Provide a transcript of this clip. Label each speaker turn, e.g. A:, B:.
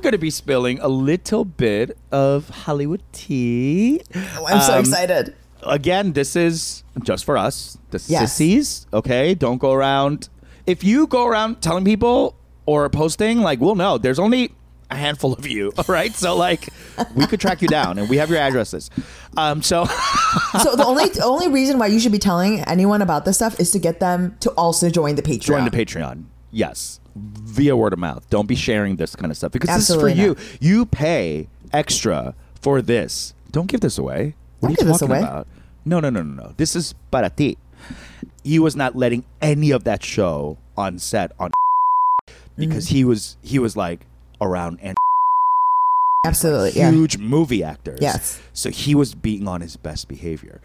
A: going to be spilling a little bit of Hollywood tea.
B: Oh, I'm so
A: Um,
B: excited.
A: Again, this is just for us, the
B: Yes.
A: sissies. Okay, don't go around. If you go around telling people or posting, like, we'll know. There's only a handful of you. All right, so like, we could track you down, and we have your addresses. Um, so.
B: So the only the only reason why you should be telling anyone about this stuff is to get them to also join the Patreon.
A: join the Patreon. Yes, via word of mouth. Don't be sharing this kind of stuff because
B: Absolutely
A: this is for you. You pay extra for this. Don't give this away. What
B: Don't
A: are you
B: give this
A: talking
B: away.
A: about? No, no, no, no, no. This is para ti. He was not letting any of that show on set on
B: Mm.
A: because he was he was like around and
B: Absolutely. Yeah.
A: huge movie actors.
B: Yes.
A: So he was being on his best behavior.